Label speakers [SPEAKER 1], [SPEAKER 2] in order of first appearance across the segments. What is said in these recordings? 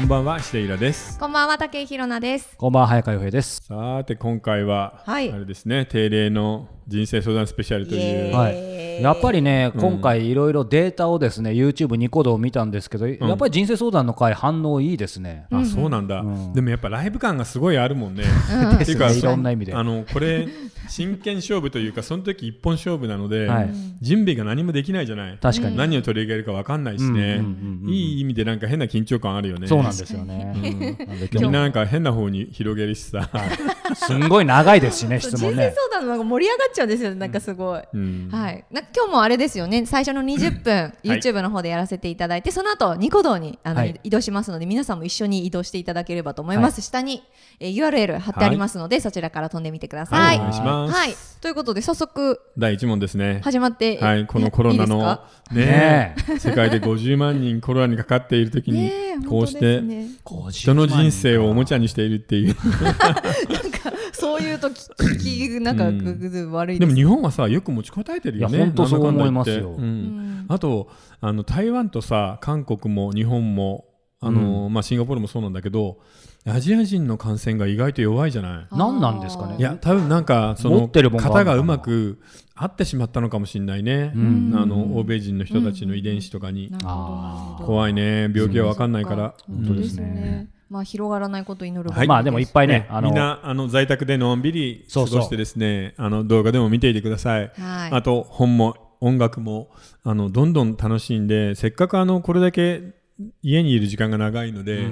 [SPEAKER 1] んばんは、シデイラです。
[SPEAKER 2] こんばんは、竹井ひろなです。
[SPEAKER 3] こんばんは、早川洋平です。
[SPEAKER 1] さて、今回は、
[SPEAKER 2] はい
[SPEAKER 1] あれですね、定例の人生相談スペシャルという。
[SPEAKER 3] は
[SPEAKER 2] え
[SPEAKER 3] い、やっぱりね、今回いろいろデータをですね、YouTube ニコ動を見たんですけど、やっぱり人生相談の回反応いいですね。
[SPEAKER 1] あ、そうなんだ、でもやっぱライブ感がすごいあるもんね。っていうか、
[SPEAKER 3] です
[SPEAKER 1] そ
[SPEAKER 3] ねいろんな意味で
[SPEAKER 1] あの、これ、真剣勝負というか、その時一本勝負なので、
[SPEAKER 3] はい
[SPEAKER 1] 準備が何もできないじゃない。
[SPEAKER 3] 確かに
[SPEAKER 1] 何を取り上げるかわかんないしね、
[SPEAKER 3] うんうんうんうん
[SPEAKER 1] いい意味でなんか変な緊張感あるよね。
[SPEAKER 3] そうなんですよね。なんで
[SPEAKER 1] み
[SPEAKER 3] 今
[SPEAKER 1] んな
[SPEAKER 3] 日
[SPEAKER 1] なんか変な方に広げるし さ。
[SPEAKER 3] すんごい長いですしね、質
[SPEAKER 2] 人
[SPEAKER 3] 問
[SPEAKER 2] 生
[SPEAKER 3] ね。
[SPEAKER 2] 相談の方が盛り上がっちゃうんですよね、なんかすごい。
[SPEAKER 1] うん
[SPEAKER 2] はい、なんか今日もあれですよね、最初の20分、YouTube の方でやらせていただいて、その後ニコ動にあの、
[SPEAKER 3] はい
[SPEAKER 2] 移動しますので、皆さんも一緒に移動していただければと思います。下に、えー URL 貼ってありますので、そちらから飛んでみてくださ。
[SPEAKER 1] はいい、お願いします。
[SPEAKER 2] はい、ということで早速
[SPEAKER 1] 第一問ですね。
[SPEAKER 2] 始まって、
[SPEAKER 1] はい、このコロナ
[SPEAKER 2] いい
[SPEAKER 1] の
[SPEAKER 2] で
[SPEAKER 1] ね
[SPEAKER 3] ね
[SPEAKER 1] 世界で50万人コロナにかかっているときに
[SPEAKER 2] すか
[SPEAKER 1] こうして
[SPEAKER 2] ねえ本当ですね
[SPEAKER 1] 人の人生をおもちゃにしているっていう
[SPEAKER 2] そういうと聞き聞きなんかグググ悪い
[SPEAKER 1] で
[SPEAKER 2] で
[SPEAKER 1] も
[SPEAKER 2] すね。
[SPEAKER 1] 日本はさよく持ちこたえてるよね
[SPEAKER 3] いや本当そう思います
[SPEAKER 1] なんだ
[SPEAKER 3] よ
[SPEAKER 1] かんだ言ってうんあとあの台湾とさ韓国も日本もあの、まあ、シンガポールもそうなんだけどアジア人の感染が意外と弱いじゃない
[SPEAKER 3] 何なんですかね
[SPEAKER 1] いや多分なんかそ
[SPEAKER 3] 持
[SPEAKER 1] の
[SPEAKER 3] ってるもんがある
[SPEAKER 1] 型
[SPEAKER 3] のかな
[SPEAKER 1] がうまく合ってしまったのかもしれないね、
[SPEAKER 3] ん
[SPEAKER 1] あの欧米人の人たちの遺伝子とかに、
[SPEAKER 2] なるほどなるほど
[SPEAKER 1] 怖いね病気は分かんないから。
[SPEAKER 2] 本当ですね。まあ広がらないことを祈るばかりす。
[SPEAKER 3] まあでもいっぱいね
[SPEAKER 1] ね、
[SPEAKER 3] あ
[SPEAKER 1] みん
[SPEAKER 3] の、
[SPEAKER 1] なあの在宅でのんびり過
[SPEAKER 3] そ
[SPEAKER 1] ご
[SPEAKER 3] うそう
[SPEAKER 1] してですねあの動画でも見ていてください、
[SPEAKER 2] はい
[SPEAKER 1] あと本も音楽もあのどんどん楽しんでせっかくあのこれだけ家にいる時間が長いので、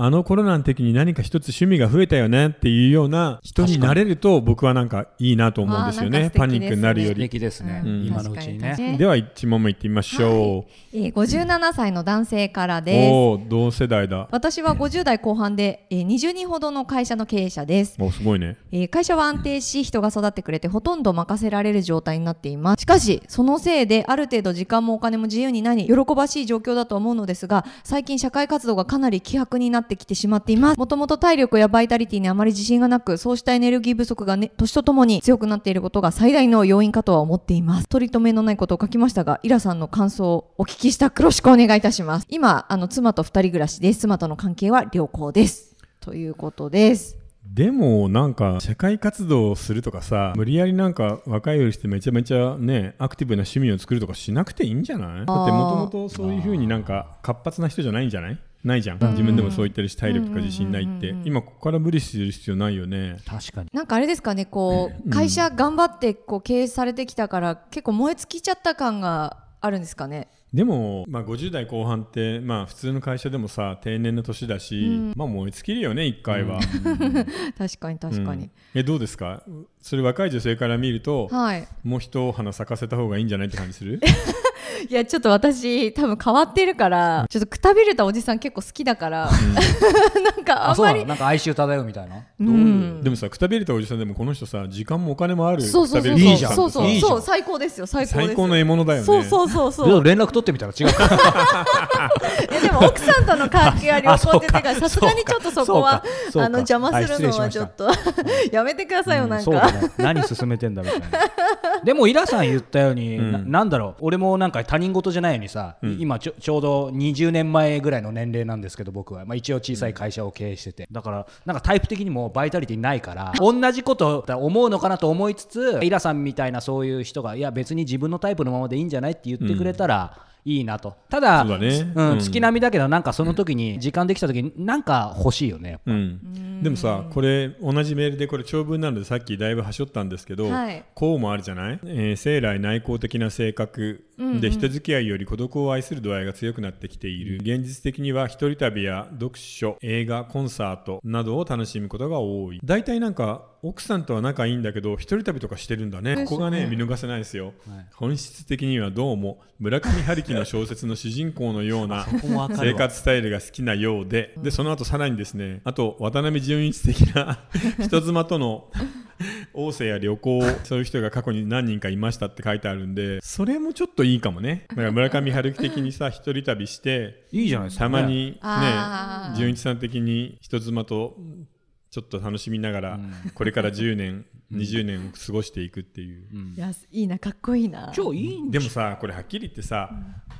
[SPEAKER 1] あのコロナの時に何か一つ趣味が増えたよねっていうような人になれると僕はなんかいいなと思うんですよ
[SPEAKER 2] あーな
[SPEAKER 1] ね
[SPEAKER 2] んか素敵
[SPEAKER 1] パニックになるよ
[SPEAKER 3] 素
[SPEAKER 1] り
[SPEAKER 3] 敵ですね、
[SPEAKER 2] うん
[SPEAKER 3] 今のうちに
[SPEAKER 2] 確か
[SPEAKER 3] ね。
[SPEAKER 2] に
[SPEAKER 1] では1問目いってみましょ
[SPEAKER 2] えー、57歳の男性から
[SPEAKER 1] う、
[SPEAKER 2] です。
[SPEAKER 1] おおー同世代だ
[SPEAKER 2] 私は50代後半で、えー、20人ほどの会社の経営者です。
[SPEAKER 1] おすごいね
[SPEAKER 2] えー会社は安定し人が育ってくれてほとんど任せられる状態になっていますしかしそのせいである程度時間もお金も自由になり喜ばしい状況だと思うのですが最近社会活動がかなり希薄になってきてしまっていますもともと体力やバイタリティにあまり自信がなくそうしたエネルギー不足が、ね、年とともに強くなっていることが最大の要因かとは思っています取り留めのないことを書きましたがイラさんの感想をお聞きしたくよろしくお願いいたします今あの妻と二人暮らしです妻との関係は良好ですということです
[SPEAKER 1] でもなんか社会活動をするとかさ無理やりなんか若いよりしてめちゃめちゃねアクティブな趣味を作るとかしなくていいんじゃないだってもともとそういうふうになんか活発な人じゃないんじゃないないじゃん自分でもそう言ってるし体力とか自信ないって今ここから無理する必要ないよね
[SPEAKER 3] 確かに。
[SPEAKER 2] なんかあれですかね、こう、会社頑張ってこう経営されてきたから、結構燃え尽きちゃった感があるんですかね。
[SPEAKER 1] でも、まあ、50代後半って、まあ、普通の会社でもさ定年の年だし、まあ燃え尽きるよね一回は、
[SPEAKER 2] 確かに確かに。
[SPEAKER 1] えどうですかそれ若い女性から見ると
[SPEAKER 2] はい。
[SPEAKER 1] もう一花咲かせた方がいいんじゃないって感じする
[SPEAKER 2] いや、ちょっと私、多分変わってるから、ちょっとくたびれたおじさん結構好きだから、 なんかあ
[SPEAKER 3] あ、
[SPEAKER 2] ん
[SPEAKER 3] そう
[SPEAKER 2] ま
[SPEAKER 3] なの
[SPEAKER 2] り、
[SPEAKER 3] なんか哀愁漂うみたいな。
[SPEAKER 2] うん。
[SPEAKER 1] でもさくたびれたおじさんでもこの人さ時間もお金もある
[SPEAKER 2] そうそう
[SPEAKER 1] くた
[SPEAKER 2] そう
[SPEAKER 1] び
[SPEAKER 3] い
[SPEAKER 1] れ
[SPEAKER 3] いじ
[SPEAKER 1] た
[SPEAKER 3] ゃん
[SPEAKER 2] そうそう
[SPEAKER 3] いいじゃん
[SPEAKER 2] そう最高ですよ最高です
[SPEAKER 1] 最高の獲物だよね
[SPEAKER 2] そうそうそう
[SPEAKER 3] ちょ
[SPEAKER 2] そ
[SPEAKER 3] っと
[SPEAKER 2] う
[SPEAKER 3] 連絡取ってみたら違うか。
[SPEAKER 2] えでも奥さんとの関 係は良好って言ってたからさすがにちょっとそこは
[SPEAKER 3] そうかそうか
[SPEAKER 2] あの邪魔するのはちょっと やめてくださいよなん
[SPEAKER 3] そう
[SPEAKER 2] か
[SPEAKER 3] だね何進めてんだみた いなでもイラさん言ったように、ななんだろう俺もなんか他人事じゃないようにさ、今ちょちょうど20年前ぐらいの年齢なんですけど僕は、まあ、一応小さい会社を経営してて、だからなんかタイプ的にもバイタリティな いから同じことだ思うのかなと思いつつイラさんみたいなそういう人がいや別に自分のタイプのままでいいんじゃないって言ってくれたら、いいなとただ
[SPEAKER 1] そうだね
[SPEAKER 3] うん
[SPEAKER 1] うん
[SPEAKER 3] 月並みだけどなんかその時に時間できた時になんか欲しいよね、
[SPEAKER 1] うん、でもさこれ同じメールでこれ長文なのでさっきだいぶはしょったんですけど、
[SPEAKER 2] はい
[SPEAKER 1] こうもあるじゃない、えー生来内向的な性格で人付き合いより孤独を愛する度合いが強くなってきている、現実的には一人旅や読書映画コンサートなどを楽しむことが多い大体なんか奥さんとは仲いいんだけど一人旅とかしてるんだねここがね見逃せないですよ、本質的にはどうも村上春樹の小説の主人公のよう な
[SPEAKER 3] ここもわかる
[SPEAKER 1] 生
[SPEAKER 3] わ
[SPEAKER 1] 活スタイルが好きなようで、でその後さらにですねあと渡辺淳一的 な人妻との王政や旅行そういう人が過去に何人かいましたって書いてあるんでそれもちょっといいかもねだから村上春樹的にさ一人旅して
[SPEAKER 3] いいじゃないですか
[SPEAKER 1] たまに
[SPEAKER 2] あ
[SPEAKER 1] ね
[SPEAKER 2] ー
[SPEAKER 1] 淳一さん的に人妻とちょっと楽しみながら、これから10年20年を過ごしていくっていう。
[SPEAKER 2] いやいいなかっこいいな
[SPEAKER 3] 今日いいん
[SPEAKER 1] でもさこれはっきり言ってさ、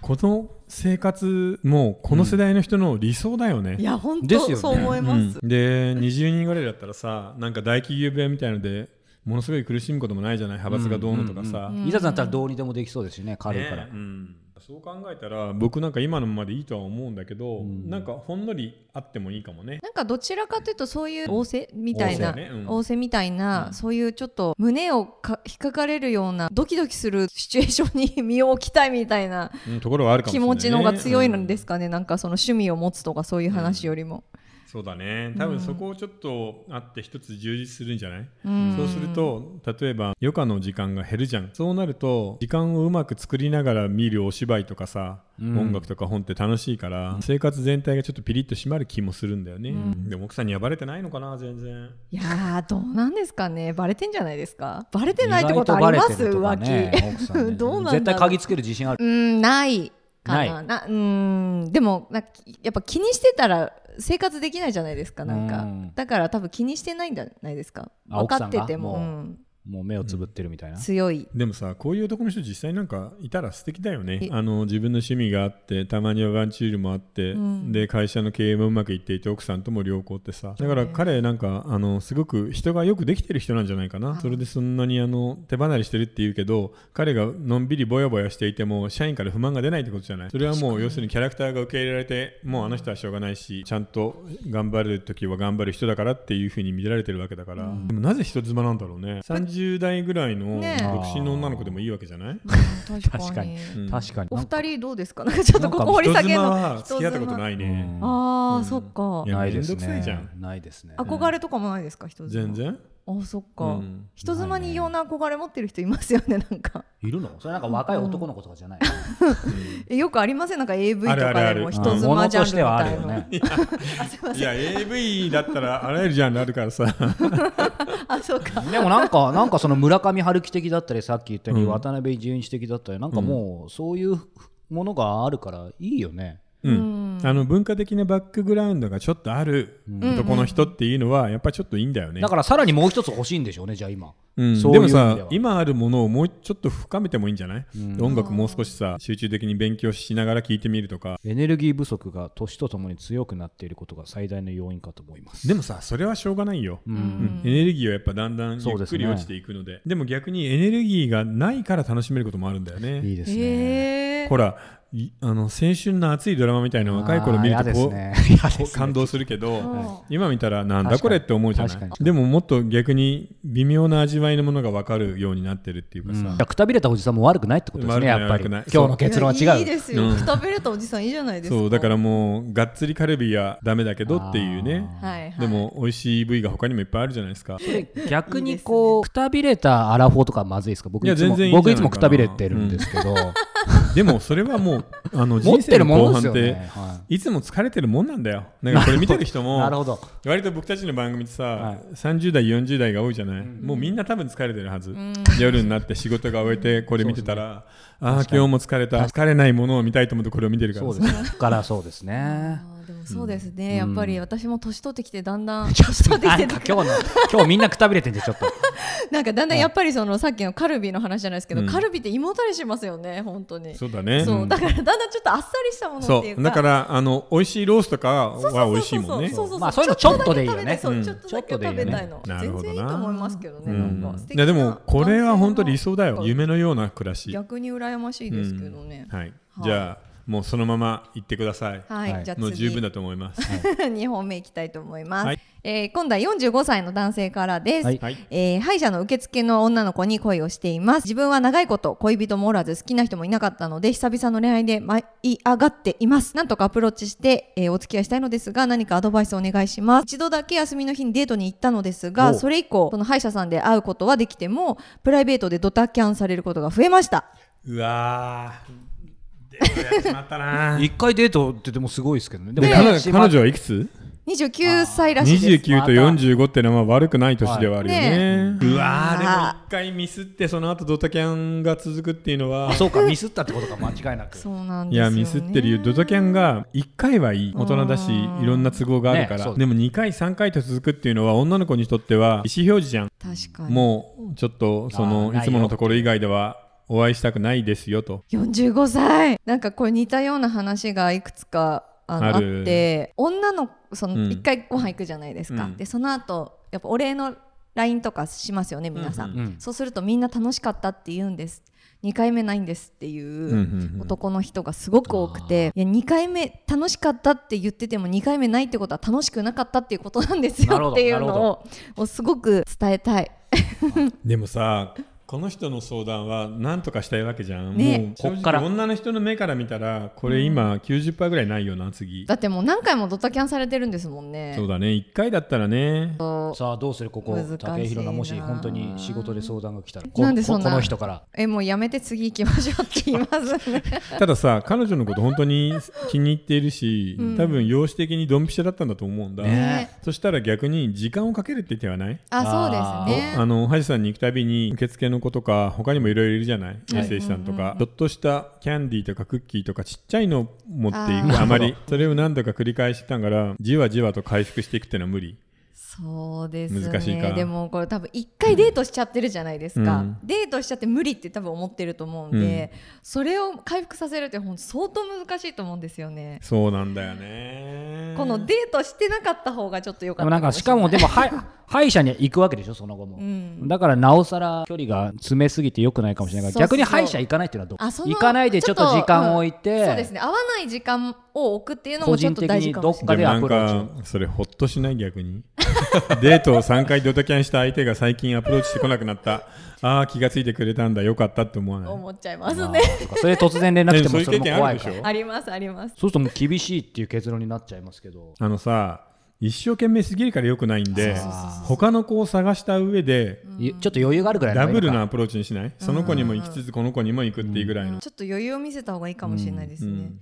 [SPEAKER 1] この生活もこの世代の人の理想だよね、
[SPEAKER 2] いや本
[SPEAKER 3] ですよ
[SPEAKER 2] 当そう
[SPEAKER 3] ね
[SPEAKER 2] 思います、
[SPEAKER 1] うんで20人ぐらいだったらさなんか大企業部屋みたいのでものすごい苦しむこともないじゃない派閥がどうのとかさ、
[SPEAKER 3] いざだったらどうにでもできそうですしね軽いから、
[SPEAKER 1] ねうんそう考えたら僕なんか今のままでいいとは思うんだけど、なんかほんのりあってもいいかもね
[SPEAKER 2] なんかどちらかというとそういう仰せみたい
[SPEAKER 1] 仰
[SPEAKER 2] な
[SPEAKER 1] せねうん
[SPEAKER 2] 仰せみたいなそういうちょっと胸をか引っかかれるようなドキドキするシチュエーションに身を置きたいみたいな
[SPEAKER 1] うんところはあるかもし
[SPEAKER 2] 気
[SPEAKER 1] れない、
[SPEAKER 2] 持
[SPEAKER 1] ね、、
[SPEAKER 2] ちの方が強いのですすかねなんかその趣味を持つとかそういう話よりも、
[SPEAKER 1] そうだね多分そこをちょっとあって一つ充実するんじゃない、
[SPEAKER 2] うん
[SPEAKER 1] そうすると例えば余暇の時間が減るじゃんそうなると時間をうまく作りながら見るお芝居とかさ、
[SPEAKER 3] うん
[SPEAKER 1] 音楽とか本って楽しいから生活全体がちょっとピリッと締まる気もするんだよね、でも奥さんにはバレてないのかな全然
[SPEAKER 2] いやーどうなんですかねバレてんじゃないですかバレて
[SPEAKER 3] 意
[SPEAKER 2] ないって
[SPEAKER 3] 外
[SPEAKER 2] こと
[SPEAKER 3] と
[SPEAKER 2] あ
[SPEAKER 3] バ
[SPEAKER 2] り
[SPEAKER 3] レ
[SPEAKER 2] ま
[SPEAKER 3] て
[SPEAKER 2] す、
[SPEAKER 3] るとかね奥さん
[SPEAKER 2] 浮
[SPEAKER 3] ね
[SPEAKER 2] 気どうなんだろう
[SPEAKER 3] 絶対鍵つける自信ある
[SPEAKER 2] うーんないかな
[SPEAKER 3] ない
[SPEAKER 2] なうーんでもなんかやっぱ気にしてたら生活できないじゃないですかなん
[SPEAKER 3] う
[SPEAKER 2] か
[SPEAKER 3] ん
[SPEAKER 2] だから多分気にしてないんじゃないですか
[SPEAKER 3] あ
[SPEAKER 2] 分
[SPEAKER 3] 奥
[SPEAKER 2] か
[SPEAKER 3] さん
[SPEAKER 2] っ
[SPEAKER 3] が
[SPEAKER 2] てても
[SPEAKER 3] もう
[SPEAKER 2] うん
[SPEAKER 3] もう目をつぶってるみたいな、
[SPEAKER 2] 強い
[SPEAKER 1] でもさこういう男の人実際なんかいたら素敵だよね
[SPEAKER 2] え
[SPEAKER 1] あの自分の趣味があってたまにはワンチュールもあって、
[SPEAKER 2] ん
[SPEAKER 1] で会社の経営もうまくいっていて奥さんとも良好ってさだから彼なんかあのすごく人がよくできてる人なんじゃないかなそれでそんなにあの手離れしてるっていうけど彼がのんびりぼやぼやしていても社員から不満が出ないってことじゃないそれはもう要するにキャラクターが受け入れられてもうあの人はしょうがないしちゃんと頑張る時は頑張る人だからっていうふうに見られてるわけだから、でもなぜ人妻なんだろうね30代ぐらいの
[SPEAKER 2] ねえ
[SPEAKER 1] 独身の女の子でもいいわけじゃない
[SPEAKER 2] 確
[SPEAKER 3] 確
[SPEAKER 2] か
[SPEAKER 3] か
[SPEAKER 2] に
[SPEAKER 3] に、
[SPEAKER 1] うん
[SPEAKER 3] 確かに
[SPEAKER 2] お二人どうですか なんかちょっとここ掘り
[SPEAKER 1] 人
[SPEAKER 2] 下げる
[SPEAKER 1] 妻
[SPEAKER 2] の
[SPEAKER 1] は付き合ったことないね、
[SPEAKER 2] あーそっか
[SPEAKER 1] いや
[SPEAKER 3] ないです
[SPEAKER 1] めんどくさい
[SPEAKER 3] ね
[SPEAKER 1] じゃん
[SPEAKER 3] ないですね
[SPEAKER 2] 憧れとかもないですか人妻
[SPEAKER 1] 全然
[SPEAKER 2] あそっ
[SPEAKER 1] う
[SPEAKER 2] か
[SPEAKER 1] ん
[SPEAKER 2] 人妻に異様な憧れ持ってる人いますよねなんか
[SPEAKER 3] いるのそれなんか若い男の子とかじゃない、
[SPEAKER 2] えよくありませんなんか AV と
[SPEAKER 1] あるあ
[SPEAKER 2] かで
[SPEAKER 1] るあ
[SPEAKER 2] も
[SPEAKER 1] る
[SPEAKER 2] 人
[SPEAKER 3] うん
[SPEAKER 2] 妻
[SPEAKER 3] 物
[SPEAKER 2] ジャン
[SPEAKER 3] と
[SPEAKER 2] ル
[SPEAKER 3] し
[SPEAKER 2] み
[SPEAKER 3] てはあ
[SPEAKER 2] た
[SPEAKER 3] る
[SPEAKER 2] い
[SPEAKER 3] よ
[SPEAKER 2] な
[SPEAKER 3] ね
[SPEAKER 1] いや AV だったらあらゆるジャンルあるからさ
[SPEAKER 2] あそうか
[SPEAKER 3] でもなんかなんかその村上春樹的だったりさっき言ったように渡辺淳一的だったりなんかもうそういうものがあるからいいよね、
[SPEAKER 1] うんあの文化的なバックグラウンドがちょっとある男の人っていうのはやっぱりちょっといいんだよね
[SPEAKER 3] だからさらにもう一つ欲しいんでしょうねじゃあ今、
[SPEAKER 1] うん、
[SPEAKER 3] そう
[SPEAKER 1] で
[SPEAKER 3] いう意
[SPEAKER 1] も
[SPEAKER 3] 味では
[SPEAKER 1] さ今あるものをもうちょっと深めてもいいんじゃない、音楽もう少しさ集中的に勉強しながら聴いてみるとか
[SPEAKER 3] エネルギー不足が年とともに強くなっていることが最大の要因かと思います
[SPEAKER 1] でもさそれはしょうがないよ、うんエネルギーはやっぱだんだんゆっくり落ちていくのでで,、も逆にエネルギーがないから楽しめることもあるんだよね
[SPEAKER 3] いいですね、
[SPEAKER 2] へえ
[SPEAKER 1] ほらいあの青春の熱いドラマみたいな若い頃見る
[SPEAKER 3] あ
[SPEAKER 1] と
[SPEAKER 3] ー
[SPEAKER 1] こ
[SPEAKER 3] 嫌
[SPEAKER 1] う、
[SPEAKER 3] ですね嫌です
[SPEAKER 1] こ
[SPEAKER 3] ね
[SPEAKER 1] う感動するけど、
[SPEAKER 2] は
[SPEAKER 1] 今見たらなんだ
[SPEAKER 3] 確か
[SPEAKER 1] こ
[SPEAKER 3] に
[SPEAKER 1] れって思うじゃない
[SPEAKER 3] 確かに
[SPEAKER 1] でももっと逆に微妙な味わいのものが分かるようになってるっていうかさ、
[SPEAKER 3] じゃあくたびれたおじさんも悪くないってことですねや
[SPEAKER 1] 悪くない悪くな
[SPEAKER 3] っぱり今
[SPEAKER 1] い
[SPEAKER 3] 日の結論は違う
[SPEAKER 2] いやいいですよ、
[SPEAKER 1] うん
[SPEAKER 2] くたびれたおじさんいいじゃないですか
[SPEAKER 1] そうだからもうがっつりカルビはダメだけどっていうね
[SPEAKER 3] あ
[SPEAKER 2] はいはい
[SPEAKER 1] でも美味しい部位が他にもいっぱいあるじゃないですか
[SPEAKER 3] 逆にこうくたびれたアラフォーとかはまずいですか僕いつ
[SPEAKER 1] い
[SPEAKER 3] も
[SPEAKER 1] や全然いいんじゃないかない
[SPEAKER 3] 僕つもくたびれてるんですけど、
[SPEAKER 1] でもそれは もうあの
[SPEAKER 3] 持
[SPEAKER 1] 人
[SPEAKER 3] っ
[SPEAKER 1] 生
[SPEAKER 3] て
[SPEAKER 1] の
[SPEAKER 3] る
[SPEAKER 1] 後
[SPEAKER 3] もので
[SPEAKER 1] 半
[SPEAKER 3] す
[SPEAKER 1] っ
[SPEAKER 3] よ
[SPEAKER 1] て、
[SPEAKER 3] ね、はい
[SPEAKER 1] つも疲れてるもんなんだよだからこれ見てる人
[SPEAKER 3] い、
[SPEAKER 1] も
[SPEAKER 3] なるほど
[SPEAKER 1] 割と僕たちの番組ってさ、
[SPEAKER 3] はい
[SPEAKER 1] 30代40代が多いじゃない、もうみんな多分疲れてるはず、夜になって仕事が終えてこれ見てたら、ああ今日も疲れた疲れないものを見たいと思ってこれを見てるか
[SPEAKER 3] そ
[SPEAKER 1] ら
[SPEAKER 3] う
[SPEAKER 1] さ
[SPEAKER 3] ですねだからそうですね
[SPEAKER 2] あーでもそうですね、やっぱり私も年取ってきてだ んだん年取ってき
[SPEAKER 3] な
[SPEAKER 2] て
[SPEAKER 3] んか今日の今日みんなくたびれてんじゃんちょっと
[SPEAKER 2] なんかだんだんやっぱりそのさっきのカルビの話じゃないですけど、カルビって胃もたれしますよね本当に
[SPEAKER 1] そうだね
[SPEAKER 2] そう
[SPEAKER 1] うん
[SPEAKER 2] だからだんだんちょっとあっさりしたもの
[SPEAKER 1] そ
[SPEAKER 2] っていう
[SPEAKER 1] う
[SPEAKER 2] か
[SPEAKER 1] だからあの美味しいロースとか
[SPEAKER 2] そうそう
[SPEAKER 1] は
[SPEAKER 2] そうそう
[SPEAKER 1] 美味しいもんね
[SPEAKER 2] そうそうそう
[SPEAKER 3] まあそういうのちょっとでいいよね
[SPEAKER 2] ちょっとだけ
[SPEAKER 1] う
[SPEAKER 2] 食べたいそう
[SPEAKER 1] ん
[SPEAKER 2] ちょっとだけ食べたいの、
[SPEAKER 1] ちょっとでいいよねなる
[SPEAKER 2] 全
[SPEAKER 1] ほどな
[SPEAKER 2] 然いいと思いますけどね、
[SPEAKER 1] うん
[SPEAKER 2] なんか素敵
[SPEAKER 1] い
[SPEAKER 2] な
[SPEAKER 1] やでもこれは本当理想だよ
[SPEAKER 2] 男性の
[SPEAKER 1] 夢のような暮らし、
[SPEAKER 2] 逆に羨ましいですけどね、
[SPEAKER 1] はい、
[SPEAKER 2] い
[SPEAKER 1] じゃあもうそのまま行ってください、
[SPEAKER 2] はい、
[SPEAKER 3] はい
[SPEAKER 2] じゃあ次
[SPEAKER 1] もう十分だと思います、
[SPEAKER 2] 2本目いきたいと思います、
[SPEAKER 1] はい
[SPEAKER 2] えー今度は45歳の男性からです、
[SPEAKER 3] はい
[SPEAKER 1] はい
[SPEAKER 2] えー歯医者の受付の女の子に恋をしています自分は長いこと恋人もおらず好きな人もいなかったので久々の恋愛で舞い上がっていますなんとかアプローチして、えーお付き合いしたいのですが何かアドバイスをお願いします一度だけ休みの日にデートに行ったのですが
[SPEAKER 3] お
[SPEAKER 2] それ以降その歯医者さんで会うことはできてもプライベートでドタキャンされることが増えました
[SPEAKER 1] うわーデートやっちまったな
[SPEAKER 3] 一回デートってでもすごいですけどねでも
[SPEAKER 1] で彼
[SPEAKER 3] し
[SPEAKER 1] 女
[SPEAKER 3] ま
[SPEAKER 1] 彼女はいくつ
[SPEAKER 2] 29歳らしいです
[SPEAKER 1] 29と45ってのは悪くない年ではあるよ
[SPEAKER 2] はい
[SPEAKER 1] ね。うわーでも
[SPEAKER 2] あ
[SPEAKER 1] 一回ミスってその後ドタキャンが続くっていうのは
[SPEAKER 3] あそうかミスったってことか間違いなく
[SPEAKER 2] そうなん
[SPEAKER 1] い
[SPEAKER 2] ですよ、
[SPEAKER 1] や
[SPEAKER 2] ね、
[SPEAKER 1] ミスってるよドタキャンが1回はいい大人だしいろんな都合があるか
[SPEAKER 3] ね
[SPEAKER 1] ら、
[SPEAKER 3] そう
[SPEAKER 1] でも2回3回と続くっていうのは女の子にとっては意思表示じゃん
[SPEAKER 2] 確かに
[SPEAKER 1] もうちょっとそ
[SPEAKER 3] あー
[SPEAKER 1] の
[SPEAKER 3] ない
[SPEAKER 1] い
[SPEAKER 3] よ
[SPEAKER 1] つものところ以外ではお会いしたくないですよと。
[SPEAKER 2] 45歳なんかこう似たような話がいくつかあの
[SPEAKER 1] あ
[SPEAKER 2] あ
[SPEAKER 1] る
[SPEAKER 2] って女のそうの
[SPEAKER 1] ん
[SPEAKER 2] 一回ご飯行くじゃないですか、
[SPEAKER 1] うん
[SPEAKER 2] でその後やっぱお礼の LINE とかしますよね皆さん、
[SPEAKER 1] うん
[SPEAKER 3] うん
[SPEAKER 2] そうするとみんな楽しかったって言うんです2回目ないんですっていううん男の人がすごく多くて、いや2回目楽しかったって言ってても2回目ないってことは楽しくなかったっていうことなんです
[SPEAKER 3] な
[SPEAKER 2] よ
[SPEAKER 3] るほ
[SPEAKER 2] っ
[SPEAKER 3] ど
[SPEAKER 2] ていうのををすごく伝えたい
[SPEAKER 1] でもさこの人の相談は何とかしたいわけじゃん、
[SPEAKER 2] ね
[SPEAKER 1] もう
[SPEAKER 3] こ
[SPEAKER 1] 正
[SPEAKER 3] っから
[SPEAKER 1] 直女の人の目から見たらこれ今90%ぐらいないよな次、
[SPEAKER 2] だってもう何回もドタキャンされてるんですもんね
[SPEAKER 1] そうだね1回だったらね
[SPEAKER 3] さあどうするここ
[SPEAKER 2] 難しいな
[SPEAKER 3] 武井宏がもし本当に仕事で相談が来たらこ
[SPEAKER 2] なんでそんな
[SPEAKER 3] ここの人から
[SPEAKER 2] えもうやめて次行きましょうって言いますね
[SPEAKER 1] たださ彼女のこと本当に気に入っているし、
[SPEAKER 2] うん
[SPEAKER 1] 多分容姿的にドンピシャだったんだと思うんだ、
[SPEAKER 3] ね
[SPEAKER 1] そしたら逆に時間をかけるって手はない
[SPEAKER 2] あそうですね
[SPEAKER 1] あの歯医者さんに行くたびに受付の子とか他にもいろいろいるじゃない衛生士さんとか、ちょっとしたキャンディーとかクッキーとかちっちゃいのを持ってい
[SPEAKER 2] あー
[SPEAKER 1] くあまりそれを何度か繰り返してたからじわじわと回復していくっていうのは無理
[SPEAKER 2] そうですね
[SPEAKER 1] 難しいか
[SPEAKER 2] でもこれ多分一回デートしちゃってるじゃないですか、
[SPEAKER 1] うん
[SPEAKER 2] デートしちゃって無理って多分思ってると思うんで、それを回復させるって本当相当難しいと思うんですよね、
[SPEAKER 1] そうなんだよね
[SPEAKER 2] このデートしてなかった方がちょっと良か
[SPEAKER 3] で
[SPEAKER 2] っ
[SPEAKER 3] も
[SPEAKER 2] た
[SPEAKER 3] なんかしかもでもは 歯医者に行くわけでしょその後も、
[SPEAKER 2] うん
[SPEAKER 3] だからなおさら距離が詰めすぎて良くないかもしれないから
[SPEAKER 2] そうそうそう
[SPEAKER 3] 逆に歯医者行かないっていうのはど
[SPEAKER 2] あそうの
[SPEAKER 3] 行かないでちょっと時間を置いて、
[SPEAKER 2] うんそうですね合わない時間を置くっていうの
[SPEAKER 3] 個
[SPEAKER 2] もちょっ
[SPEAKER 3] 人
[SPEAKER 2] と
[SPEAKER 3] 的
[SPEAKER 2] 大事
[SPEAKER 3] に
[SPEAKER 2] か
[SPEAKER 3] ど
[SPEAKER 2] も
[SPEAKER 3] っ
[SPEAKER 2] しれな
[SPEAKER 3] か
[SPEAKER 2] い
[SPEAKER 1] で
[SPEAKER 3] で
[SPEAKER 1] も
[SPEAKER 3] ア
[SPEAKER 1] なん
[SPEAKER 3] プロー
[SPEAKER 1] かそれほっとしない逆に デートを3回ドタキャンした相手が最近アプローチしてこなくなったああ気がついてくれたんだよかったって思わない
[SPEAKER 2] 思っちゃいま
[SPEAKER 3] チ
[SPEAKER 2] す
[SPEAKER 3] を
[SPEAKER 2] ね
[SPEAKER 3] あーそうかそれで突然連絡来て
[SPEAKER 1] でもそう
[SPEAKER 3] も
[SPEAKER 1] いう
[SPEAKER 3] そ
[SPEAKER 1] 経
[SPEAKER 3] れも
[SPEAKER 1] 験あ
[SPEAKER 3] 怖
[SPEAKER 1] る
[SPEAKER 3] い
[SPEAKER 1] でし
[SPEAKER 3] か
[SPEAKER 1] ょ
[SPEAKER 3] ら
[SPEAKER 2] ありますあります
[SPEAKER 3] そうするともう厳しいっていう結論になっちゃいますけど
[SPEAKER 1] あのさ一生懸命すぎるからよくないんで
[SPEAKER 3] そうそうそうそう
[SPEAKER 1] 他の子を探した上で
[SPEAKER 3] いちょっと余裕があるぐらいの
[SPEAKER 1] ダ
[SPEAKER 3] 方がい
[SPEAKER 1] ブ
[SPEAKER 3] いの
[SPEAKER 1] ル
[SPEAKER 3] か
[SPEAKER 1] なアプローチにしないその子にも行きつつこの子にも行くっていうぐらいの
[SPEAKER 2] ちょっと余裕を見せた方がいいかもしれないですね、
[SPEAKER 1] うん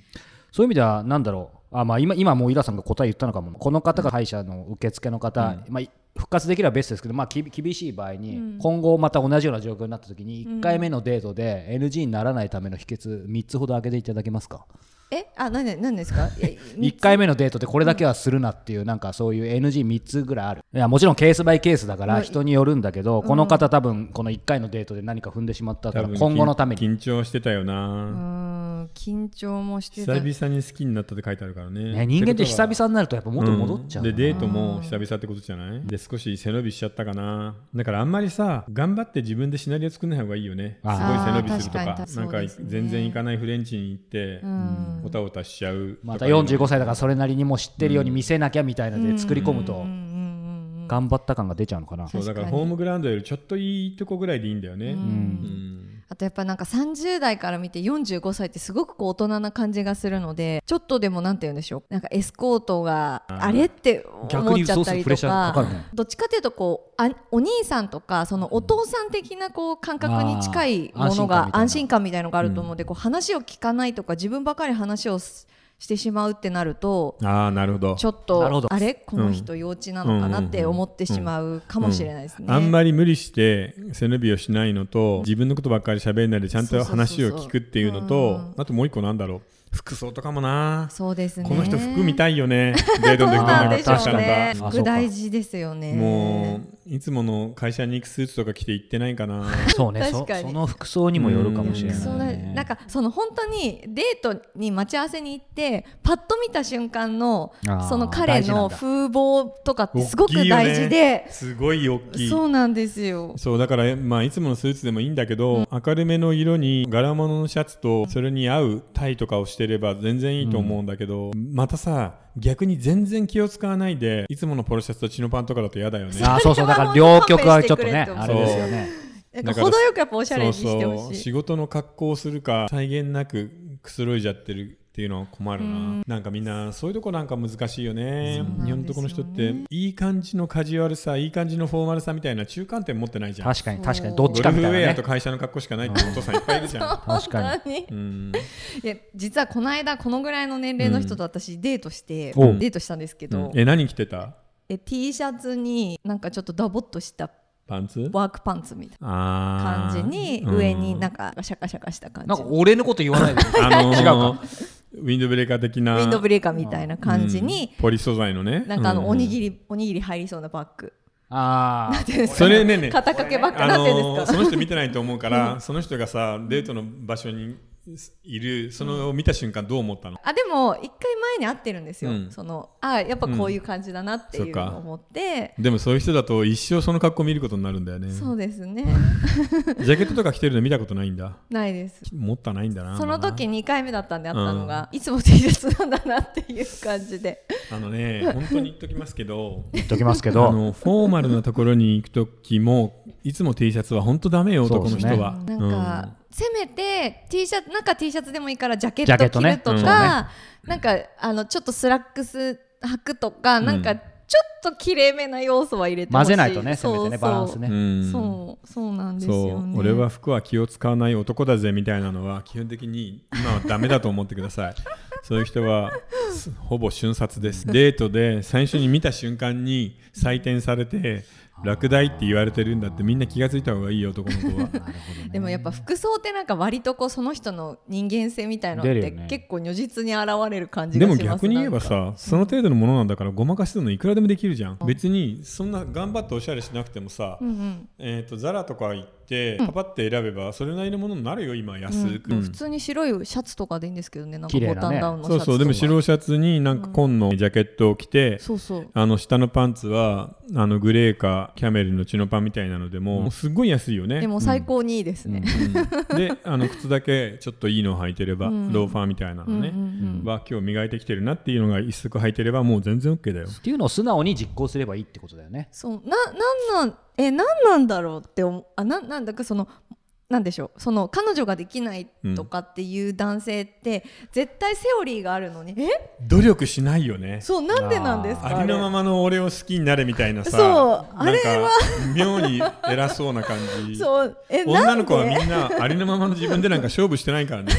[SPEAKER 3] そういう意味ではなんだろうあ、まあ、今今もうイラさんが答え言ったのかもこの方が歯医者の受付の方、まあ、い復活できればベストですけど、まあ、き厳しい場合に、今後また同じような状況になった時に1回目のデートで NG にならないための秘訣3つほど挙げていただけますか、
[SPEAKER 2] えあ何何何ですかいや
[SPEAKER 3] 1回目のデートでこれだけはするなっていう、なんかそういう NG3 つぐらいあるいやもちろんケースバイケースだから人によるんだけど、この方多分この1回のデートで何か踏んでしまったか
[SPEAKER 1] 多
[SPEAKER 3] ら
[SPEAKER 1] 分
[SPEAKER 3] 今後のために
[SPEAKER 1] 緊張してたよ
[SPEAKER 2] うー
[SPEAKER 1] なん
[SPEAKER 2] 緊張もして
[SPEAKER 1] 久
[SPEAKER 2] た
[SPEAKER 1] 々に好きになったって書いてあるからね
[SPEAKER 3] ね、人間って久
[SPEAKER 1] って
[SPEAKER 3] 々になるとやっぱ
[SPEAKER 1] こと
[SPEAKER 3] 元
[SPEAKER 1] は
[SPEAKER 3] に戻っちゃう
[SPEAKER 1] うん
[SPEAKER 3] だ
[SPEAKER 1] でデ
[SPEAKER 3] な、
[SPEAKER 1] ートも久々ってことじゃないで少し背伸びしちゃったかなだからあんまりさ頑張って自分でシナリオ作んない方がいいよねすごい
[SPEAKER 3] あ
[SPEAKER 1] 背
[SPEAKER 3] ー
[SPEAKER 1] 伸びすると
[SPEAKER 2] あ
[SPEAKER 1] か
[SPEAKER 2] ー確かに
[SPEAKER 1] なん
[SPEAKER 2] そう
[SPEAKER 1] か
[SPEAKER 2] ですね
[SPEAKER 1] 全然行かないフレンチに行って
[SPEAKER 2] うん
[SPEAKER 1] おたおたしちゃうとか
[SPEAKER 3] また45歳だからそれなりにもう知ってるように見せなきゃみたいなので作り込む
[SPEAKER 2] うん
[SPEAKER 3] と
[SPEAKER 2] うんうんうん
[SPEAKER 3] 頑張った感が出ちゃうのかな。
[SPEAKER 1] そうだから
[SPEAKER 2] 確かに
[SPEAKER 1] ホームグラウンドよりちょっといいとこぐらいでいいんだよね。
[SPEAKER 2] う
[SPEAKER 1] うんん
[SPEAKER 2] あとやっぱなんか30代から見て45歳ってすごくこう大人な感じがするのでちょっとでもなんて言うんでしょうなんかエスコートがあれって思っちゃったりとか
[SPEAKER 3] るね。
[SPEAKER 2] どっちかというとこうあお兄さんとかそのお父さん的なこう感覚に近いもの
[SPEAKER 3] あ
[SPEAKER 2] が
[SPEAKER 3] ー安
[SPEAKER 2] 安
[SPEAKER 3] 心
[SPEAKER 2] 心感みたいのがあると思うので、こう話を聞かないとか自分ばかり話をすしてしまうってなると
[SPEAKER 1] ああなるほど
[SPEAKER 2] ちょっ
[SPEAKER 3] なるほ
[SPEAKER 2] と
[SPEAKER 3] ど
[SPEAKER 2] あれこの人幼稚なのかなって思ってしまうかもしれないですね。
[SPEAKER 1] あんまり無理して背伸びをしないのと自分のことばっかり喋んないでちゃん
[SPEAKER 2] そう
[SPEAKER 1] と
[SPEAKER 2] そうそうそう
[SPEAKER 1] 話を聞くっていうの
[SPEAKER 2] うん
[SPEAKER 1] とあともう一個なんだろう服装とかもな
[SPEAKER 2] そうですね
[SPEAKER 1] この人服見たいよ ねデート
[SPEAKER 2] そう
[SPEAKER 1] の時どんな
[SPEAKER 2] なん
[SPEAKER 1] の
[SPEAKER 2] で
[SPEAKER 1] 着
[SPEAKER 2] しょ
[SPEAKER 1] た
[SPEAKER 3] 確
[SPEAKER 2] う
[SPEAKER 1] の
[SPEAKER 2] ね
[SPEAKER 1] か
[SPEAKER 3] に。
[SPEAKER 2] 服大事ですよね。
[SPEAKER 1] もういつもの会社に行くスーツとか着て行ってないかな
[SPEAKER 3] そうね。
[SPEAKER 2] 確
[SPEAKER 3] そ
[SPEAKER 2] かに
[SPEAKER 3] その服装にもよるかもしれないね。
[SPEAKER 2] そうだなんかその本当にデートに待ち合わせに行ってパッと見た瞬間の
[SPEAKER 3] あー
[SPEAKER 2] その彼
[SPEAKER 3] 大事なん
[SPEAKER 2] の
[SPEAKER 3] だ
[SPEAKER 2] 風貌とかってす
[SPEAKER 1] 大
[SPEAKER 2] ごく
[SPEAKER 1] きいよね
[SPEAKER 2] 大事で、
[SPEAKER 1] すごい大きい
[SPEAKER 2] そうなんですよ。
[SPEAKER 1] そうだから、まあ、いつものスーツでもいいんだけど、明るめの色に柄物のシャツとそれに合うタイとかをしてれば全然いいと思うんだけど、またさ逆に全然気を使わないでいつものポロシャツとチノパンとかだと嫌だよね。
[SPEAKER 3] あーそうそうだから両極はちょっとねあれですよね。
[SPEAKER 2] なん
[SPEAKER 1] だか
[SPEAKER 2] か
[SPEAKER 1] ら
[SPEAKER 2] 程よくやっぱおしゃれ
[SPEAKER 1] そう
[SPEAKER 2] にして
[SPEAKER 1] そ
[SPEAKER 2] ほ
[SPEAKER 1] う
[SPEAKER 2] しい。
[SPEAKER 1] 仕事の格好をするか際限なくくつろいじゃってるっていうのは困るな、なんかみんなそういうとこなんか難しいよね
[SPEAKER 2] そうなんですよね
[SPEAKER 1] 日本のとこの人っていい感じのカジュアルさいい感じのフォーマルさみたいな中間点持ってないじゃん
[SPEAKER 3] 確かに
[SPEAKER 2] そう
[SPEAKER 3] 確かにどっ
[SPEAKER 1] ゴ
[SPEAKER 3] ち
[SPEAKER 1] ル
[SPEAKER 3] か
[SPEAKER 1] フ
[SPEAKER 3] み
[SPEAKER 1] ウ
[SPEAKER 3] たい
[SPEAKER 1] ェ
[SPEAKER 3] な
[SPEAKER 1] アと
[SPEAKER 3] ね。
[SPEAKER 1] 会社の格好しかないってお父さんいっぱいいるじゃん
[SPEAKER 3] 確かに
[SPEAKER 2] 本当に。
[SPEAKER 1] うん
[SPEAKER 2] いや実はこの間このぐらいの年齢の人と私デートして、
[SPEAKER 3] おう
[SPEAKER 2] デートしたんですけど、
[SPEAKER 1] え何着てた
[SPEAKER 2] え T シャツになんかちょっとダボっとした
[SPEAKER 1] パンツ
[SPEAKER 2] ワークパンツみたいな
[SPEAKER 1] あ
[SPEAKER 2] 感じに上になんかシャカシャカした感じ
[SPEAKER 3] なんか
[SPEAKER 2] の
[SPEAKER 3] 俺のこと言わないで。
[SPEAKER 1] あの ー
[SPEAKER 3] 違うか
[SPEAKER 1] ウィンドブレーカー的な
[SPEAKER 2] ウィンドブレーカーみたいな感じに
[SPEAKER 1] うん、ポリ素材のね
[SPEAKER 2] なんかあのおにぎ
[SPEAKER 1] り
[SPEAKER 2] り、おにぎり入りそうなバッグ
[SPEAKER 3] ああ
[SPEAKER 1] それねね
[SPEAKER 2] 肩掛けばっか
[SPEAKER 1] あ
[SPEAKER 2] なってん
[SPEAKER 1] の
[SPEAKER 2] で
[SPEAKER 1] ー
[SPEAKER 2] す
[SPEAKER 1] そ
[SPEAKER 2] か、
[SPEAKER 1] の人見てないと思うから、その人がさデートの場所にいるそのを見た瞬間どう思ったの、
[SPEAKER 2] あでも一回前に会ってるんですよ、
[SPEAKER 1] うん
[SPEAKER 2] そのあやっぱこういう感じだなっていうのを思って、
[SPEAKER 1] でもそういう人だと一生その格好見ることになるんだよね
[SPEAKER 2] そうですね
[SPEAKER 1] ジャケットとか着てるの見たことないんだ
[SPEAKER 2] ないです
[SPEAKER 1] もったないんだな
[SPEAKER 2] その時
[SPEAKER 1] ま
[SPEAKER 2] 2回目だったんであったのが、いつも T シャツなんだなっていう感じで
[SPEAKER 1] だなあのね本当に言っときますけど
[SPEAKER 3] 言っときますけ
[SPEAKER 1] あ
[SPEAKER 3] ど
[SPEAKER 1] のフォーマルなところに行く時もいつも T シャツは本当ダメよ
[SPEAKER 3] そう
[SPEAKER 1] 男
[SPEAKER 3] です
[SPEAKER 1] の
[SPEAKER 3] ね
[SPEAKER 1] 人は、
[SPEAKER 2] なん
[SPEAKER 1] うん
[SPEAKER 2] か、せめて T シャツなんか T シャツでもいいからジャケ
[SPEAKER 3] ジャケ
[SPEAKER 2] ッ
[SPEAKER 3] ッ
[SPEAKER 2] ト
[SPEAKER 3] ト
[SPEAKER 2] 着
[SPEAKER 3] ね
[SPEAKER 2] るとか、
[SPEAKER 1] うん
[SPEAKER 2] なんかあのちょっとスラックス履くとか、
[SPEAKER 1] ん
[SPEAKER 2] なんかちょっときれいめな要素は入れてほし
[SPEAKER 3] 混
[SPEAKER 2] い
[SPEAKER 3] ぜないとねせ
[SPEAKER 2] そう
[SPEAKER 3] めてね
[SPEAKER 2] そう
[SPEAKER 3] バランスね、
[SPEAKER 1] うん
[SPEAKER 2] そうそうなんです
[SPEAKER 1] そ
[SPEAKER 2] よね
[SPEAKER 1] う俺は服は気を使わない男だぜみたいなのは基本的に今はダメだと思ってくだ さいそういう人はすほぼ瞬殺ですデートで最初に見た瞬間に採点されて落第って言われてるんだってみんな気がついた方がいいよ男の子は
[SPEAKER 2] でもやっぱ服装ってなんか割とこうその人の人間性みたいなのっ
[SPEAKER 3] 出
[SPEAKER 2] て
[SPEAKER 3] るよね
[SPEAKER 2] 結構如実に現れる感じ
[SPEAKER 1] で
[SPEAKER 2] がしま
[SPEAKER 1] も
[SPEAKER 2] す
[SPEAKER 1] 逆に言えば
[SPEAKER 2] なんか
[SPEAKER 1] さその程度のものなんだからごまかすのいくらでもできるじゃん別にそんな頑張っておしゃれしなくてもさ、
[SPEAKER 2] うんうん
[SPEAKER 1] えー、とザラとか行ってパパって選べばそれなりのものになるよ今安く、
[SPEAKER 2] うん普通に白いシャツとかでいいんですけどねなんか
[SPEAKER 3] 綺麗
[SPEAKER 2] ボ
[SPEAKER 3] な
[SPEAKER 2] タ
[SPEAKER 3] ね
[SPEAKER 2] ンダウンのシ
[SPEAKER 1] そ
[SPEAKER 2] ャ
[SPEAKER 1] う
[SPEAKER 2] ツとか
[SPEAKER 1] そうでも白シャツになんか紺のジャケットを着て、
[SPEAKER 2] そうそう
[SPEAKER 1] あの下のパンツはあのグレーかキャメルのチノパンみたいなのでも、すっごい安いよね
[SPEAKER 2] でも最高にいいですね、
[SPEAKER 1] うんであの靴だけちょっといいのを履いてれば、
[SPEAKER 2] うん
[SPEAKER 1] ローファーみたいなのね、
[SPEAKER 2] うんうん
[SPEAKER 1] は今日磨いてきてるなっていうのが一足履いてればもう全然 OK だよ
[SPEAKER 3] っていうのを素直に実行すればいいってことだよね
[SPEAKER 2] そうななんなんえなんなんだろうって思うあなんなんだかそのなんでしょうその彼女ができないとかっていう男性って、絶対セオリーがあるのにえ
[SPEAKER 1] 努力しないよね
[SPEAKER 2] そうなんでなんですか
[SPEAKER 1] ありのままの俺を好きになれみたいなさ
[SPEAKER 2] そうあれは
[SPEAKER 1] なんか妙に偉そうな感じ
[SPEAKER 2] そうえな
[SPEAKER 1] 女
[SPEAKER 2] んで
[SPEAKER 1] の子はみんなありのままの自分でなんか勝負してない からね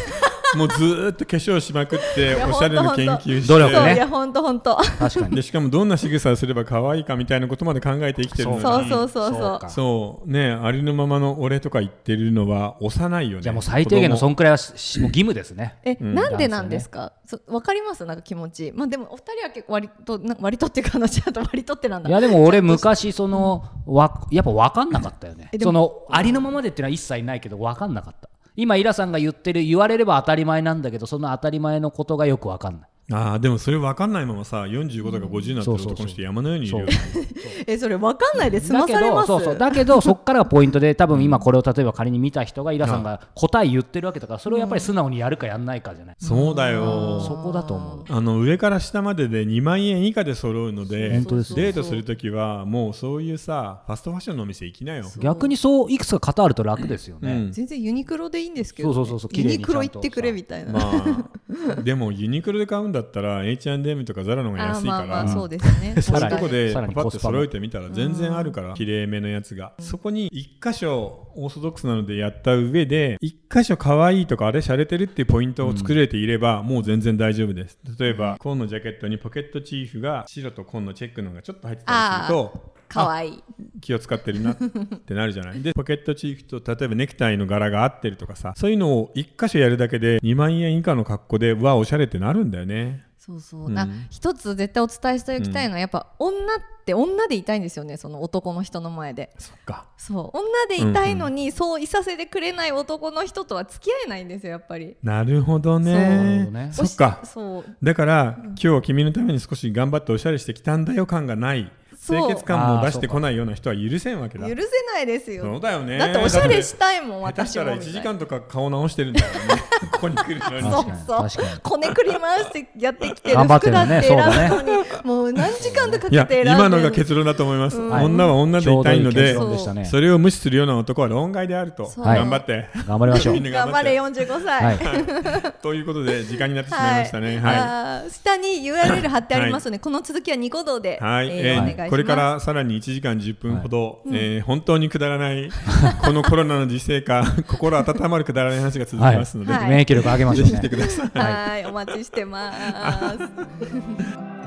[SPEAKER 1] もうずーっと化粧しまくって
[SPEAKER 2] いや
[SPEAKER 1] おしゃれの研究して
[SPEAKER 3] ほんとほんと努力
[SPEAKER 2] そう
[SPEAKER 3] ね
[SPEAKER 2] いや本当本当
[SPEAKER 3] 確かに
[SPEAKER 1] でしかもどんな仕草をすれば可愛いかみたいなことまで考えて生きてるのに
[SPEAKER 2] そうそうそうそう
[SPEAKER 3] か
[SPEAKER 1] そうねありのままの俺とか言ってるのは幼いよね
[SPEAKER 3] じゃあもう最低限のそ
[SPEAKER 1] 子供
[SPEAKER 3] んくらいはししもう義務ですね
[SPEAKER 2] え、
[SPEAKER 1] ん
[SPEAKER 2] なんでなんですかそわかりますなんか気持ちまあでもお二人は結構割とな割とっていうか話だと割とってなんだ
[SPEAKER 3] いやでも俺昔そのわやっぱ分かんなかったよね
[SPEAKER 2] えでも
[SPEAKER 3] そのありのままでっていうのは一切ないけど分かんなかった今イラさんが言ってる言われれば当たり前なんだけどその当たり前のことがよく分かんない
[SPEAKER 1] ああでもそれ分かんないままさ45とか50になってる
[SPEAKER 3] そうそうそう
[SPEAKER 1] 男の人山のようにいるよね
[SPEAKER 2] えそれわかんないで済
[SPEAKER 3] だ
[SPEAKER 2] ま
[SPEAKER 3] け
[SPEAKER 2] されま
[SPEAKER 3] ど
[SPEAKER 2] す
[SPEAKER 3] そうそうだけどそっからがポイントで多分今これを例えば仮に見た人がイラさんが答え言ってるわけだからそれをやっぱり素直にやるかやんないかじゃない、
[SPEAKER 1] そうだ
[SPEAKER 3] そ
[SPEAKER 1] よ
[SPEAKER 3] こだと思う
[SPEAKER 1] あの上から下までで2万円以下で揃うので
[SPEAKER 3] 本当です
[SPEAKER 1] デートするときはもうそういうさファストファッションのお店行きなよ
[SPEAKER 3] 逆にそういくつか型あると楽ですよ
[SPEAKER 1] う
[SPEAKER 3] ね、
[SPEAKER 1] ん
[SPEAKER 2] 全然ユニクロでいいんですけど、
[SPEAKER 3] そうそうそうそう綺
[SPEAKER 2] ユ
[SPEAKER 3] 麗に
[SPEAKER 2] ニクロ行ってくれみたいな、
[SPEAKER 1] まあ でもユニクロで買うんだったら H&M とか ZARA の方が
[SPEAKER 2] あー
[SPEAKER 1] 安い
[SPEAKER 2] ま
[SPEAKER 1] か
[SPEAKER 2] あま
[SPEAKER 1] ら
[SPEAKER 2] あそうですね
[SPEAKER 1] そういう
[SPEAKER 3] ら
[SPEAKER 1] と
[SPEAKER 3] に
[SPEAKER 1] こで
[SPEAKER 3] さら
[SPEAKER 1] パ
[SPEAKER 3] に
[SPEAKER 1] パッ
[SPEAKER 3] コ
[SPEAKER 1] と
[SPEAKER 3] スパも
[SPEAKER 1] 揃えてみたら全然あるから綺麗めのやつがそこに一箇所オーソドックスなのでやった上で一箇所可愛いとかあれ洒落てるっていうポイントを作れていればもう全然大丈夫です例えば紺のジャケットにポケットチーフが白と紺のチェックのがちょっと入ってたりすると
[SPEAKER 2] かわいい
[SPEAKER 1] 気を使ってるなってなるじゃない でポケットチーフと例えばネクタイの柄が合ってるとかさそういうのを一箇所やるだけで2万円以下の格好でわおしゃれってなるんだよね
[SPEAKER 2] そうそう、
[SPEAKER 1] うん
[SPEAKER 2] な一つ絶対お伝えしておきたいのは、やっぱ女って女でいたいんですよねその男の人の前で
[SPEAKER 1] そっか
[SPEAKER 2] そう女でいたいのに、そういさせてくれない男の人とは付き合えないんですよやっぱり
[SPEAKER 1] なるほど
[SPEAKER 2] そうな
[SPEAKER 3] る
[SPEAKER 1] ね
[SPEAKER 3] ほどね
[SPEAKER 1] そっか
[SPEAKER 2] おしそう
[SPEAKER 1] だから、今日は君のために少し頑張っておしゃれしてきたんだよ感がない
[SPEAKER 2] そう
[SPEAKER 1] 清潔感も出してこないような人は許せんわけ
[SPEAKER 2] 許
[SPEAKER 1] だ
[SPEAKER 2] せないですよ
[SPEAKER 1] そうだよね
[SPEAKER 2] だっておしゃれしたいもん
[SPEAKER 1] 下手し
[SPEAKER 2] 私
[SPEAKER 1] た
[SPEAKER 2] も
[SPEAKER 1] ら1
[SPEAKER 2] みたい
[SPEAKER 1] 時
[SPEAKER 2] な
[SPEAKER 1] 間とか顔直してるんだよねここに来るのに
[SPEAKER 2] そう
[SPEAKER 3] 確かに
[SPEAKER 2] そう
[SPEAKER 3] 確かに
[SPEAKER 2] こねくり回してやってきてる
[SPEAKER 3] 頑張っ
[SPEAKER 2] 服
[SPEAKER 3] てる
[SPEAKER 2] だっ
[SPEAKER 3] ね
[SPEAKER 2] て選ぶのに、もう何時間とか
[SPEAKER 1] い
[SPEAKER 2] か
[SPEAKER 1] や
[SPEAKER 2] けて選んでる
[SPEAKER 1] 今のが結論だと思います、
[SPEAKER 3] はい
[SPEAKER 1] 女は女でいたいので
[SPEAKER 3] ちょうどいい結論でしたね
[SPEAKER 1] それを無視するような男は論外であると
[SPEAKER 2] そう
[SPEAKER 3] はい
[SPEAKER 1] 頑張って、
[SPEAKER 3] 頑張りましょう
[SPEAKER 1] みんな
[SPEAKER 2] 頑張れ45歳、
[SPEAKER 3] はい
[SPEAKER 1] ということで時間になってしまいましたね。はい
[SPEAKER 2] あー下に URL 貼ってありますので、この続きはニコ動で、
[SPEAKER 1] はい、
[SPEAKER 2] えー
[SPEAKER 1] えー
[SPEAKER 2] お願いします。
[SPEAKER 1] これからさらに1時間10分ほど、えー本当にくだらないこのコロナの時世下 心温まるくだらない話が続きますので、
[SPEAKER 2] はい
[SPEAKER 3] 免疫力上げまし
[SPEAKER 1] ぜ
[SPEAKER 3] ょう
[SPEAKER 1] ひ来て
[SPEAKER 3] ね
[SPEAKER 1] ください。
[SPEAKER 2] はい、お待ちしてます。